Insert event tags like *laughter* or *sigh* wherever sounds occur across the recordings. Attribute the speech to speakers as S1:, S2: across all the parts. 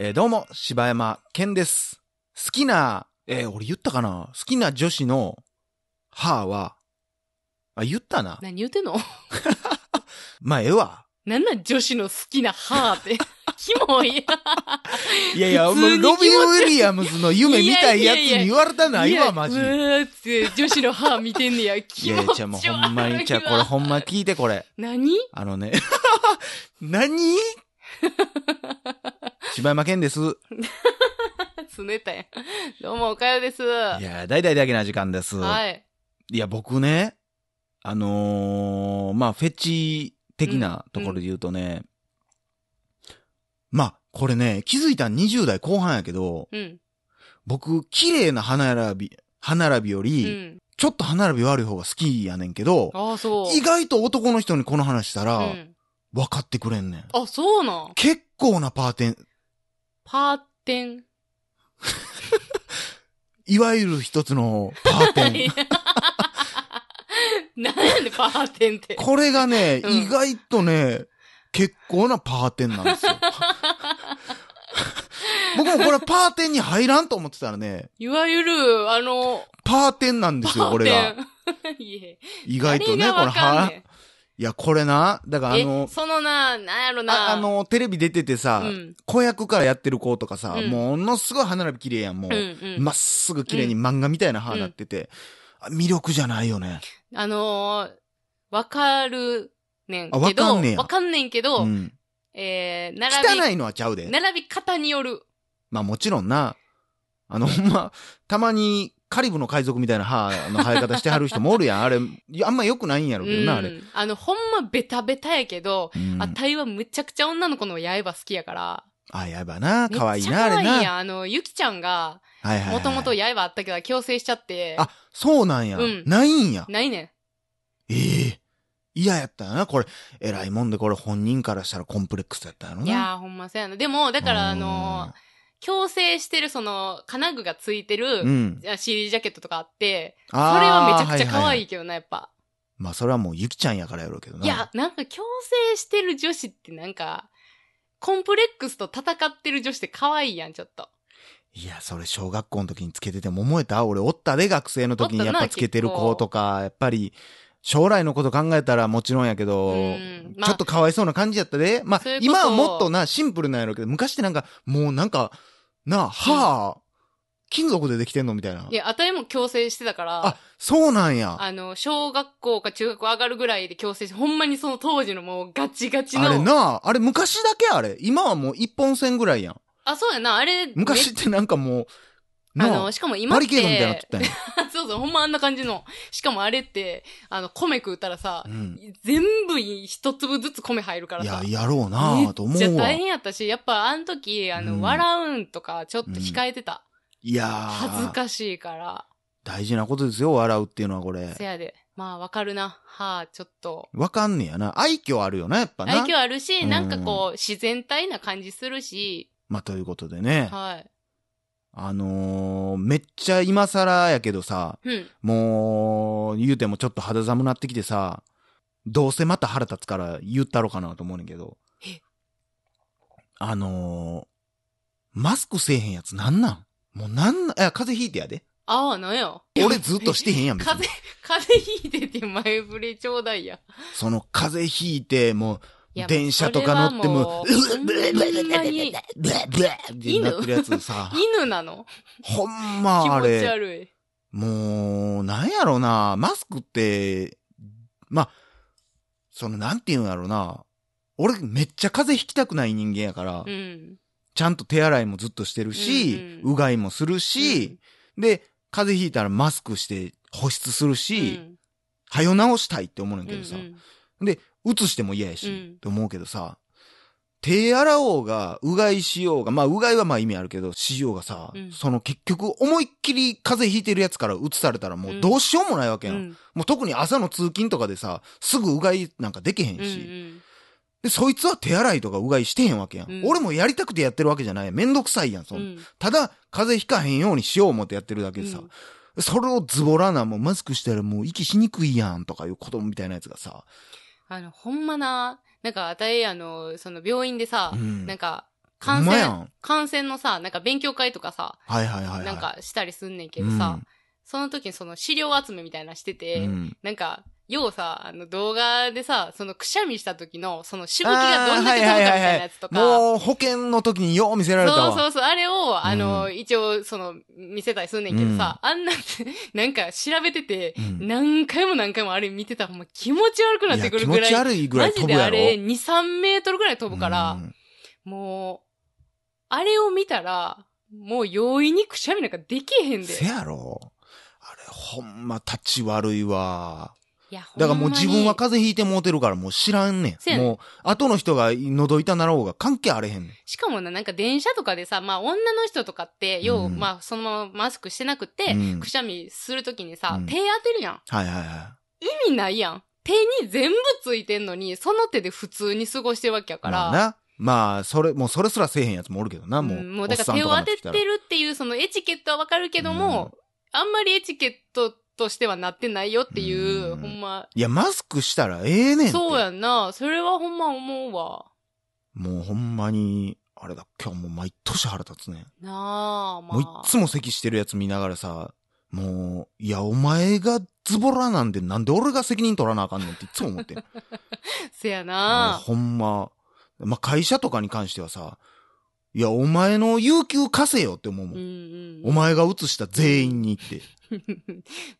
S1: えーどうも、柴山健です。好きな、えー俺言ったかな好きな女子の母は、あ、言ったな。
S2: 何言うてんの *laughs*
S1: まあ、ええわ。
S2: なんなん女子の好きな歯って。 *laughs* キモい。
S1: いやいや、お
S2: 普通
S1: 前
S2: に
S1: ロビ
S2: 気持ち
S1: ン・
S2: 悪い
S1: ウィリアムズの夢見たいやつ
S2: いやいやいや
S1: に言われたない
S2: いや
S1: わ、マジ。
S2: う
S1: い
S2: ーって、女子の歯見てんねや。気
S1: や *laughs*
S2: 持
S1: いや、
S2: ち
S1: じゃあ
S2: 悪い
S1: も
S2: わ。
S1: うほんまに、じゃあこれほんま聞いてこれ。
S2: 何
S1: あのね。 *laughs*
S2: *laughs*
S1: 何柴山健です。
S2: すねたやん。 *laughs* どうも、おかよです。
S1: い
S2: は
S1: や、大々だけな時間です。
S2: い。
S1: いや、僕ね、あのーまあ、フェチ的なところで言うとね、まあ、これね、気づいたん20代後半やけど、
S2: うん。
S1: 僕、綺麗な歯並び、歯並びよ
S2: う
S1: り、
S2: ん。
S1: ちょっと歯並び悪い方が好きやねんけど、
S2: ああ、そう。
S1: 意外と男の人にこの話したら、
S2: うん
S1: 分かってくれんねん。
S2: あ、そうなん。
S1: 結構なパーテン、
S2: パーテン。
S1: いわゆる一つのパー
S2: *laughs*
S1: テン。
S2: 何やねん、パーテンって。
S1: これがね、
S2: うん
S1: 意外とね、結構なパーテンなんです
S2: *laughs*
S1: よ。僕もこれパーテンに入らんと思ってたらね、
S2: いわゆる、あの、
S1: パーテンなんで
S2: パ
S1: すよ、こ
S2: ー
S1: れ
S2: テ
S1: が。
S2: ン。 *laughs* いえ。
S1: 意外とね、
S2: 誰
S1: こ
S2: が
S1: の
S2: わかん
S1: 歯
S2: ねん。
S1: いや、これな、だからあ
S2: え、
S1: の、
S2: そのな、なんやろな。
S1: ああ、の、テレビ出てて
S2: う
S1: さ、
S2: ん。
S1: 子役からやってる子とかさ、
S2: うん
S1: ものすごい歯並び綺麗やん、も
S2: うんう
S1: う。
S2: ん。
S1: まっすぐ綺麗に漫画みたいな歯になってて、あ魅力じゃないよね。
S2: あのー、わかるねんけ
S1: あ
S2: ど。
S1: わかんねや
S2: わかんねんけど、
S1: うん
S2: えー、並
S1: 汚いのはちゃうで
S2: び、。並び方による。
S1: まあもちろんな、あの、ほんま、たまにカリブの海賊みたいな歯の生え方してはる人もおるやん。あれ、いやあんま良くないんや
S2: う
S1: ろうけど
S2: ん。
S1: な、
S2: あ
S1: あれ。
S2: の、ほんまベタベタやけど、
S1: うん
S2: あたいはむちゃくちゃ女の子の刃好きやから。
S1: あ、やばな、可愛いな、あ
S2: めっちゃ
S1: れ
S2: 可愛い
S1: な。
S2: やん。あの、ゆきちゃんが、
S1: はいはいはい。
S2: もともと刃あったけど、強制しちゃって、
S1: あ、そうなんや
S2: うん。
S1: ないんや。
S2: ないねん。
S1: ええ。嫌やったな、これ。偉いもんで、これ本人からしたらコンプレックスやったの
S2: い
S1: な。
S2: やー、ほんまそうやな。でも、だから、あのー、強制してる、その、金具がついて
S1: う
S2: る、
S1: ん、うん。
S2: あ CD ジャケットとかあって、
S1: それ
S2: それはめちゃくちゃ可愛
S1: い。
S2: いけどな、やっぱ。
S1: まあ、それはもうゆきちゃんやからやろうけどな。
S2: いや、なんか強制してる女子ってなんか、コンプレックスと戦ってる女子って可愛いやん、ちょっと。
S1: いや、それ小学校の時につけてても燃えた俺おったで、学生の時に
S2: おっ
S1: や
S2: た
S1: っ
S2: な
S1: ぱつけてる子とか、やっぱり、将来のこと考えたらもちろんやけど、
S2: うんまあ
S1: ちょっとかわいそうな感じやったで。まあ
S2: それ、こそ
S1: 今はもっとな、シンプルなんやろうけど、昔ってなんか、もうなんか、なあ、歯、金属でできてんのみたいな。
S2: いや、あたいも強制してたから、
S1: あ
S2: あ、
S1: そうなんや。
S2: の、小学校か中学校上がるぐらいで強制して、ほんまにその当時のもうガチガチの。
S1: あれなあ、あれ昔だけあれ。今はもう一本線ぐらいやん。
S2: あそうやな、あれ、
S1: 昔ってなんかもう、
S2: めあ
S1: なあ
S2: の、、しかも今
S1: バ
S2: って、
S1: リケードみたいになっとったやん。
S2: *laughs* そうそう、ほんまあんな感じの。しかもあれって、あの、米食うたらさ、 *laughs*
S1: うん。
S2: 全部一粒ずつ米入るから
S1: い
S2: さ
S1: や、。やろうなあと思
S2: めっ
S1: う
S2: ちゃ
S1: わ
S2: 大。変やったし、やっぱあの時、あの、
S1: うん
S2: 笑うんとか、ちょっと控えてた。
S1: いやー
S2: 恥ずかしいから。
S1: 大事なことですよ、笑うっていうのはこれ
S2: せ。やで。まあ、わかるな。はあ、ちょっと。
S1: わかんねやな。愛嬌あるよな、やっぱな。
S2: 愛嬌あるし、
S1: うん
S2: なんかこう、自然体な感じするし、
S1: まあ、ということでね。
S2: はい。
S1: あのー、めっちゃ今更やけどさ、
S2: うん。
S1: もう、言うてもちょっと肌寒なってきてさ、どうせまた腹立つから言ったろかなと思うねんけど
S2: え。
S1: あのー、マスクせえへんやつなんなんもうなんなん、いや、風邪ひいてやで。
S2: ああ、なんや。
S1: 俺ずっとしてへんやん、別
S2: 風
S1: に。
S2: 邪、風邪ひいてて前触れちょうだいや。
S1: その風邪ひいて、もう、
S2: いや
S1: 電車とか乗っても、
S2: もう
S1: う
S2: それは
S1: っ
S2: もう
S1: ブレブレブレブ
S2: ほんま
S1: レ
S2: に
S1: ブレブレってなってるやつさ、
S2: 犬なの
S1: ほん
S2: 気
S1: まあ
S2: 持ち
S1: れ、
S2: 悪い。
S1: もう、なんやろな、マスクって、まあ、その、なんていうんやろな、俺めっちゃ風邪ひきたくない人間やから
S2: う、ん。
S1: ちゃんと手洗いもずっとしてるし、
S2: うんうん
S1: うがいもするし、で、風邪ひいたらマスクして保湿する
S2: うん、
S1: し、はよ直したいって思うねんけどさ
S2: うんう、ん
S1: 移しても嫌やし、
S2: うん
S1: と思うけどさ、手洗おうが、うがいしようが、まあ、うがいはまあ意味あるけど、しようがさ、
S2: うん
S1: その結局、思いっきり風邪ひいてるやつから移されたらもううんどうしようもないわけやん。
S2: うん
S1: もう特に朝の通勤とかでさ、すぐうがいなんかできへんし、
S2: うん
S1: で、そいつは手洗いとかうがいしてへんわけやん。
S2: うん
S1: 俺もやりたくてやってるわけじゃない。めんどくさいやん、そ、
S2: うんん。
S1: ただ、風邪ひかへんようにしよう思ってやってるだけ
S2: う
S1: で
S2: ん
S1: さ、それをズボラな、もうマスクしたらもう息しにくいやんとかいうことみたいなやつがさ、
S2: あの、ほんまな、なんか、あたい、あの、その病院でさ、
S1: うん
S2: なんか、
S1: ほん
S2: 感
S1: まや
S2: 染、
S1: ん。
S2: 感染のさ、なんか勉強会とかさ、
S1: はいはいはい、はい。
S2: なんかしたりすんねんけどさ、その時にその資料集めみたいなして
S1: うん、
S2: て、
S1: うん
S2: なんか、ようさ、あの動画でさ、そのくしゃみした時の、そのしぶきがどんだけ飛ぶかみたいなやつとか、
S1: もう保険の時によう見せられたわ。
S2: そうそうそう、あれを、あの、
S1: う
S2: 一応、その、見せたりすんねんけどさ、あんなんて、なんか調べてて、
S1: うん
S2: 何回も何回もあれ見てたら、ほんま気持ち悪くなっ
S1: いや
S2: てくる
S1: 気
S2: ぐ
S1: 持
S2: らい。
S1: ち悪いぐらい
S2: マ
S1: 飛ぶ
S2: ジで
S1: やろ
S2: あれ、2、3メートルぐらい飛ぶから、
S1: うん
S2: もう、あれを見たら、もう容易にくしゃみなんかできへんで。
S1: せやろ。あれ、ほんま、立ち悪いわ。
S2: いや、
S1: だからもう
S2: ほんま
S1: 自
S2: に
S1: 分は風邪ひいてもうてるからもう知らんねん。
S2: せやねん
S1: もう、後の人が喉痛なろうが関係あれへんねん。
S2: しかもな、なんか電車とかでさ、まあ女の人とかって、よう、
S1: うん
S2: まあそのままマスクしてなくて、
S1: うん
S2: くしゃみするときにさ、
S1: うん
S2: 手当てるやん。
S1: はいはいは
S2: 意味ないやん。手に全部ついてんのに、その手で普通に過ごしてるわけや
S1: い。
S2: から。
S1: まあな。まあ、それ、もうそれすらせえへんやつもおるけどな、もう。
S2: んもうだから手を当てて
S1: る
S2: るっていう、そのエチケットはわかるけども、あんまりエチケットとしてはなってないよっていう、
S1: うん
S2: ほんま。
S1: いや、マスクしたらええねん。
S2: そう
S1: や。
S2: やんな。それはほんま思うわ。
S1: もうほんまに、あれだ、今日もう毎年腹立つねん。
S2: なあ、ま
S1: も
S2: あ。
S1: ういっつも咳してるやつ見ながらさ、もう、いや、お前がズボラなんで、なんで俺が責任取らなあかんねんっていっつも思ってん。
S2: *laughs*
S1: もう
S2: せやな。
S1: ほんま、まあ、会社とかに関してはさ、いや、お前の有給貸せよって思うも
S2: うん
S1: ん。
S2: うん。
S1: お前が移した全員にって。
S2: *laughs*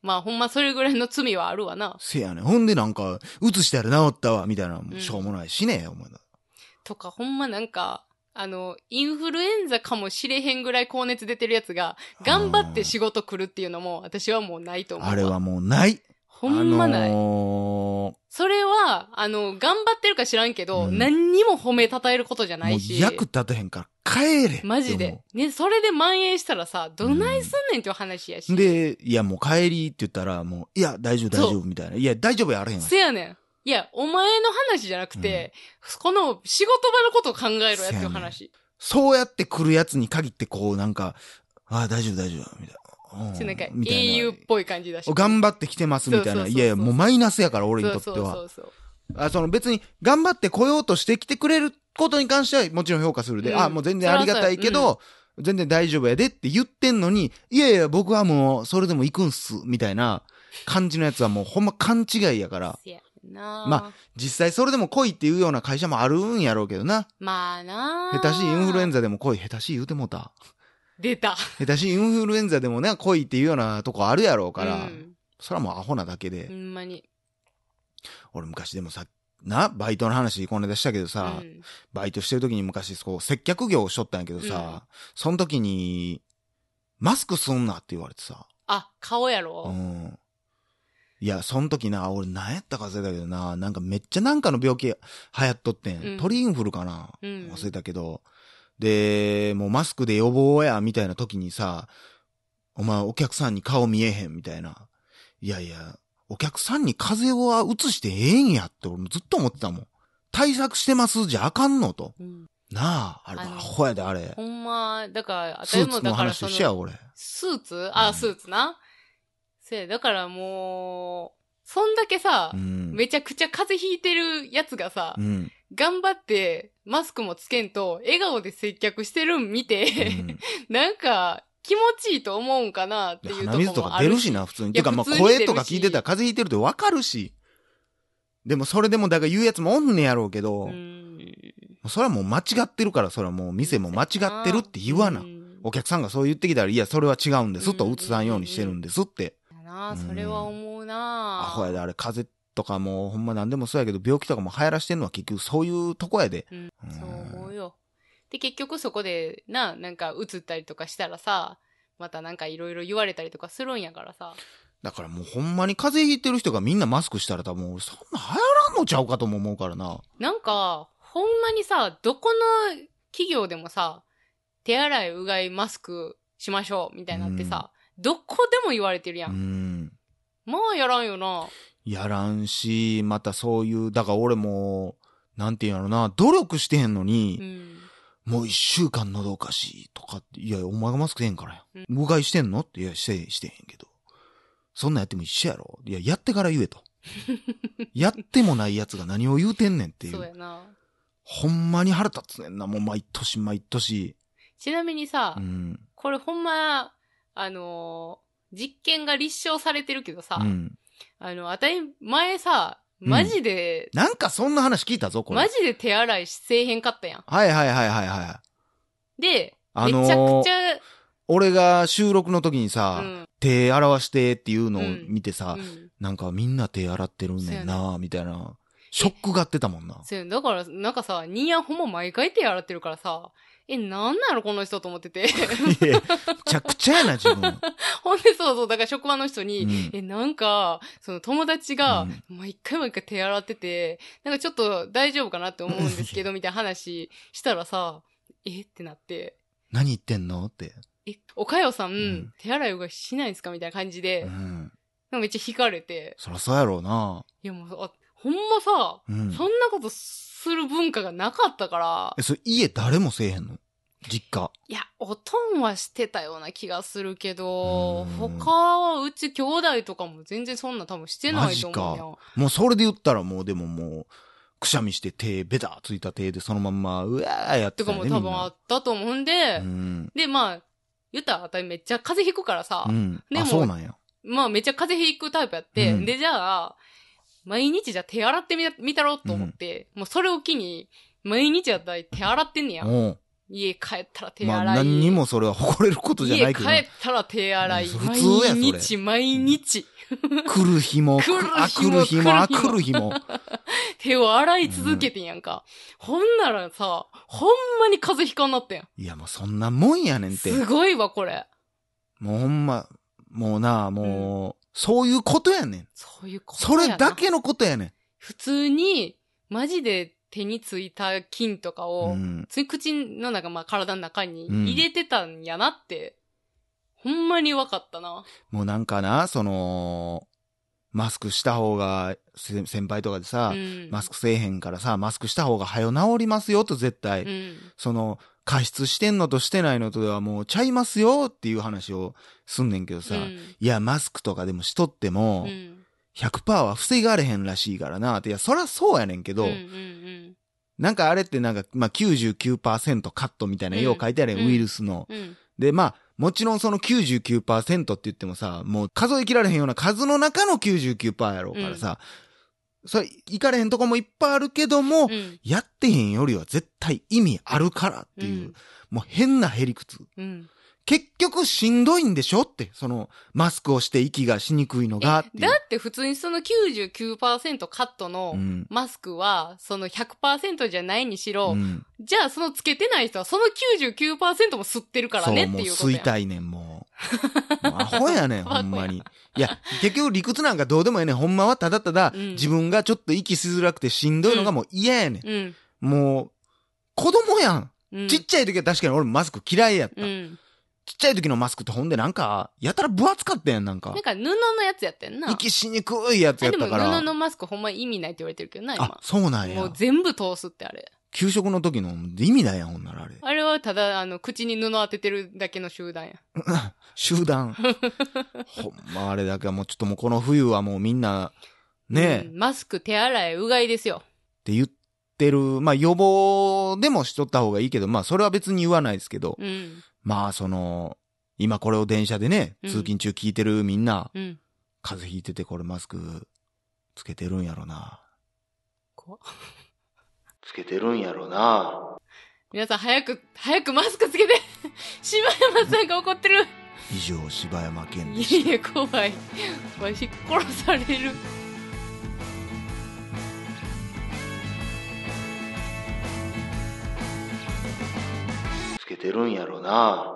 S2: まあほんまそれぐらいの罪はあるわな。
S1: せやねん。ほんでなんか、移したら治ったわ、みたいな、
S2: ん
S1: しょうもないしねお前だ。
S2: とかほんまなんか、あの、インフルエンザかもしれへんぐらい高熱出てるやつが、頑張って仕事来るっていうのも私はもうないと思うわ。
S1: あれはもうない。
S2: ほんまない。
S1: あの
S2: それは、あの、頑張ってるか知らんけど、
S1: うん
S2: 何にも褒めたたえることじゃ
S1: ー
S2: な
S1: もう
S2: いし。
S1: 役立てへんから帰れ。
S2: マジで。。ね、それで蔓延したらさ、どないすんねんっていう話やし。
S1: で、いや、もう帰りって言ったら、もう、いや、大丈夫、大
S2: そう
S1: 丈夫、みたいな。いや、大丈夫やあれへんわ。
S2: せやねん。いや、お前の話じゃなくて、この仕事場のことを考えろやっていう話。
S1: そうやって来るやつに限って、こう、なんか、ああ、大丈夫、大丈夫、みたいな。うん
S2: ちょなんか
S1: み、たいな
S2: 英雄っぽい感じだし。
S1: 頑張ってきてます、みたい
S2: そうそうそう
S1: な。
S2: そ
S1: い
S2: う
S1: やいや、もうマイナスやから、俺にとって
S2: そ
S1: は。
S2: うそうそうそう。
S1: あその別に、頑張って来ようとしてきてくれることに関しては、もちろん評価するで、
S2: うん
S1: あもう全然ありがたいけ
S2: そら
S1: ど、全然大丈夫やでって言ってんのに、いやいや、僕はもう、それでも行くんす、みたいな感じのやつはもう、ほんま勘違いやから。
S2: せやな
S1: ま実際それでも来いっていうような会社もあるんやろうけどな。
S2: まあな
S1: 下手しいインフルエン
S2: ザ。
S1: ザでも来い、下手しい言うてもうた。
S2: 出た。
S1: 下手しいインフルエンザでもね、来いっていうようなとこあるやろうから、
S2: うん
S1: それはもうアホなだけで、
S2: ほんまに。
S1: 俺昔でもさ、な、バイトの話この間したけどさ、
S2: うん
S1: バイトしてる時に昔、こう、接客業をしとったんやけどさ、その時に、マスクすんなって言われてさ、
S2: あ、顔や
S1: う
S2: ろ。
S1: ん。いや、その時な、俺何やったか忘れたけどな、なんかめっちゃなんかの病気流行っとってん。
S2: うん
S1: 鳥インフルかな、
S2: うん
S1: 忘れたけど。で、もうマスクで予防や、みたいな時にさ、お前お客さんに顔見えへん、みたいな。いやいや、お客さんに風邪は移してええんやって俺もずっと思ってたもん。対策してますじゃあかんのと。
S2: うん
S1: なあ、あれ、
S2: あ
S1: ア
S2: の
S1: ホやで、あれ
S2: ほ。んま、だから、あ
S1: ス
S2: たい
S1: ー
S2: も
S1: ツ
S2: だ
S1: の
S2: から
S1: 話
S2: そ
S1: と
S2: の、
S1: してや、俺。
S2: スーツあ、
S1: うん
S2: スーツな。せや、だからもう、そんだけさ
S1: う、ん。
S2: めちゃくちゃ風邪ひいてるやつがさ、 *laughs*
S1: うん。
S2: 頑張ってマスクもつけんと、笑顔で接客してるん見
S1: う
S2: て、
S1: ん
S2: *laughs* なんか気持ちいいと思うんかなって
S1: で
S2: いう
S1: 鼻
S2: と
S1: 水
S2: ことも
S1: か
S2: あ
S1: 出
S2: る
S1: るしな、普通に。
S2: い
S1: て
S2: や
S1: か、まあ、
S2: 普通に出る
S1: 声
S2: し
S1: とか聞いてたら風邪ひいてるってわかるし。でも、それでも、だから言うやつもおんねやろうけど、
S2: う
S1: も
S2: ん
S1: うそれはもう間違ってるから、それはもう店も間違ってるって言わな
S2: う。ん
S1: お客さんがそう言ってきたら、いや、それは違うんですと、映さんようにしてるんですって。
S2: だな
S1: う、ん
S2: それは思う
S1: ア
S2: な。
S1: ホやで、あれ、風邪とかもう、ほんま何でもそうやけど、病気とかも流行らしてんのは結局そういうとこやで。
S2: うん
S1: うん
S2: そう思うよ。で、結局そこで、な、なんか、映ったりとかしたらさ、またなんかいろいろ言われたりとかするんやからさ。
S1: だからもうほんまに風邪ひいてる人がみんなマスクしたら多分俺そんな流行らんのちゃうかとも思うからな。
S2: なんか、ほんまにさ、どこの企業でもさ、手洗い、うがい、マスクしましょう、みたいになってさ、どこでも言われてるや。
S1: うんん。
S2: まあやらんよな。
S1: やらんし、またそういう、だから俺も、なんていうんやろな、努力してへんの
S2: う
S1: に、
S2: ん。
S1: もう一週間喉おかしいとかって、いや、お前がマスクせんからや。
S2: *laughs*
S1: うがいしてんのって、いや、して、してへんけど。そんなんやっても一緒やろ。いや、やってから言えと。やってもない奴が何を言うてんねんってい
S2: そうや
S1: う。
S2: な。
S1: ほんまに腹立つねんな、もう毎年毎年。
S2: ちなみにさ、
S1: うん。
S2: これほんま、あのー実験が立証されてるけどさ、
S1: うん。
S2: あの、あたい前さ、
S1: うん
S2: マジで、
S1: なんかそんな話聞いたぞ、これ。
S2: マジで手洗いせえへんかったやん。
S1: はいはいはいはいはい。
S2: で、
S1: あのー
S2: めちゃくち
S1: 俺が収録の時に
S2: ゃ、
S1: さ、
S2: うん
S1: 手洗わしてっていうのを見てさ、
S2: うん。
S1: なんかみんな手洗ってるんねん
S2: そう
S1: な、みたいな。ショックがってたもんな。
S2: そうやだから、なんかさ、ニーヤンほんま毎回手洗ってるからさ、え、なんなのこの人と思ってて。 *laughs*
S1: いや、むちゃくちゃやな、自分。
S2: ほんで、そうそう、だから職場の人に、
S1: うん
S2: え、なんか、その友達が
S1: うん、
S2: 毎回毎回手洗ってて、なんかちょっと大丈夫かなって思うんです
S1: *laughs*
S2: けど、みたいな話したらさ、えってなって、
S1: 何言ってんのって。
S2: え、おかよさん、
S1: ん
S2: 手洗いうがいしないんですかみたいな感じで、
S1: う
S2: なん
S1: ん。
S2: かめっちゃ惹かれて、
S1: そらそうやろうな。
S2: いやもう、あ、ほんまさ、
S1: うん。
S2: そんなことする文化がなかったから、
S1: え、それ家誰もせえへんの実家。
S2: いや、おとんはしてたような気がするけど、
S1: うん
S2: 他はうち兄弟とかも全然そんな多分してないと思う
S1: マ
S2: よ。
S1: もうそれで言ったらもうでももう、くしゃみして手、ベタついた手でそのまんま、うわーやってた
S2: と
S1: よ
S2: かも
S1: ね。
S2: 多分あったと思うんで、
S1: みんな
S2: で、まあ、言ったらあたりめっちゃ風邪ひくからさ
S1: うん。う、ん。
S2: で
S1: あ、
S2: も
S1: そうなんや。
S2: まあめっちゃ風邪ひくタイプやって、
S1: うん
S2: で、じゃあ、毎日じゃあ手洗ってみみたろうと思って、もうそれを機に、毎日やったら手洗ってんねや。
S1: おう
S2: 家帰ったら手洗い。
S1: まあ何にもそれは誇れることじゃな
S2: 家
S1: いけ
S2: 帰
S1: ど。
S2: ったら手洗い。
S1: うん
S2: 毎
S1: 普通やそれ
S2: 日、毎日、
S1: 来る日も、
S2: *laughs* 来る
S1: あ
S2: 日
S1: 来る
S2: も
S1: 日も、あ
S2: 来
S1: 来
S2: る
S1: る日も。
S2: 手を洗い続けてんやんか。ほんならさ、ほんまに風邪ひかんなったやん。
S1: いや、もうそんなもんやねんって。
S2: すごいわ、これ。
S1: もうほんま、もうな、もう、そういうことやねん。
S2: そういうこと
S1: そ
S2: やな。
S1: れだけのことやね
S2: 普通に、マジで手についた菌とか
S1: ん。う
S2: を、
S1: ん。
S2: つい口の中、まあ体の中に入れてたんやなって、ほんまに分かったな。
S1: もうなんかな、その、マスクした方が、せ先輩とかでさ、
S2: うん。
S1: マスクせえへんからさ、マスクした方が早治りますよと絶対。
S2: うん。
S1: その、加湿してんのとしてないのとではもうちゃいますよっていう話をすんねんけどさ、
S2: うん
S1: いや、マスクとかでもしとって
S2: う
S1: も、
S2: ん。
S1: 100%は防がれへんらしいからなって、いや、そらそうやねんけど、
S2: うんうん
S1: なんかあれってなんか、まあ、99%カットみたいな絵を書いてあるやん、
S2: うん
S1: ウイルスの。
S2: うん。うん。
S1: で、まあ、もちろんその99%って言ってもさ、もう数え切られへんような数の中の99%やろうからさ、それ、行かれへんとこもいっぱいあるけども、
S2: うん。
S1: やってへんよりは絶対意味あるからっていう、
S2: うん
S1: もう変なへりくつ。
S2: うん。
S1: 結局しんどいんでしょって、その、マスクをして息がしにくいのがっていう。
S2: だって普通にその99%カットの
S1: うん
S2: マスクは、その100%じゃないにしろ、
S1: うん、
S2: じゃあそのつけてない人はその99%も吸ってるからね
S1: そう、
S2: っ
S1: も
S2: て
S1: う
S2: いうこと
S1: 吸い
S2: やん。
S1: たいねん、もう。もうアホやねん、
S2: *laughs* アホ
S1: ほ
S2: や
S1: んまに。いや、結局理屈なんかどうでもええねん。ほんまはただただ、
S2: うん
S1: 自分がちょっと息しづらくてしんどいのがもう嫌やねん。
S2: うん。
S1: もう、子供やん。
S2: うん。
S1: ちっちゃい時は確かに俺マスク嫌いやった。
S2: うん。
S1: ちっちゃい時のマスクってほんでなんか、やたら分厚かったやん、なんか
S2: なん。か布のやつやってんな。
S1: 息しにくいやつや
S2: あ
S1: っ
S2: でも
S1: たから。
S2: 布のマスクほんま意味ないって言われてるけどな、
S1: あ
S2: 今、。
S1: そうなん
S2: も
S1: や
S2: う。全部通すってあれ。
S1: 給食の時の意味だやん、ほんならあれ。
S2: あれはただ、あの、口に布当ててるだけの集団や。
S1: 集
S2: *laughs*
S1: 団。ほんまあれだけはもうちょっともうこの冬はもうみんな、ねえ、
S2: う
S1: っ
S2: んマスク、手洗い、うがいですよ。
S1: て言ってる。まあ予防でもしとった方がいいけど、まあそれは別に言わないですけど、
S2: うん。
S1: まあその、今これを電車でね、
S2: うん
S1: 通勤中聞いてるみんな、
S2: うん。
S1: 風邪ひいててこれマスクつけてるんやろな。
S2: 怖っ
S1: つけてるんやろな。
S2: 皆さん早く、早くマスクつけて *laughs* 柴山さんが怒ってる
S1: 以上、柴山健で
S2: い
S1: した。
S2: えいえ、怖い。 *laughs* わし、殺される。
S1: つけてるんやろな。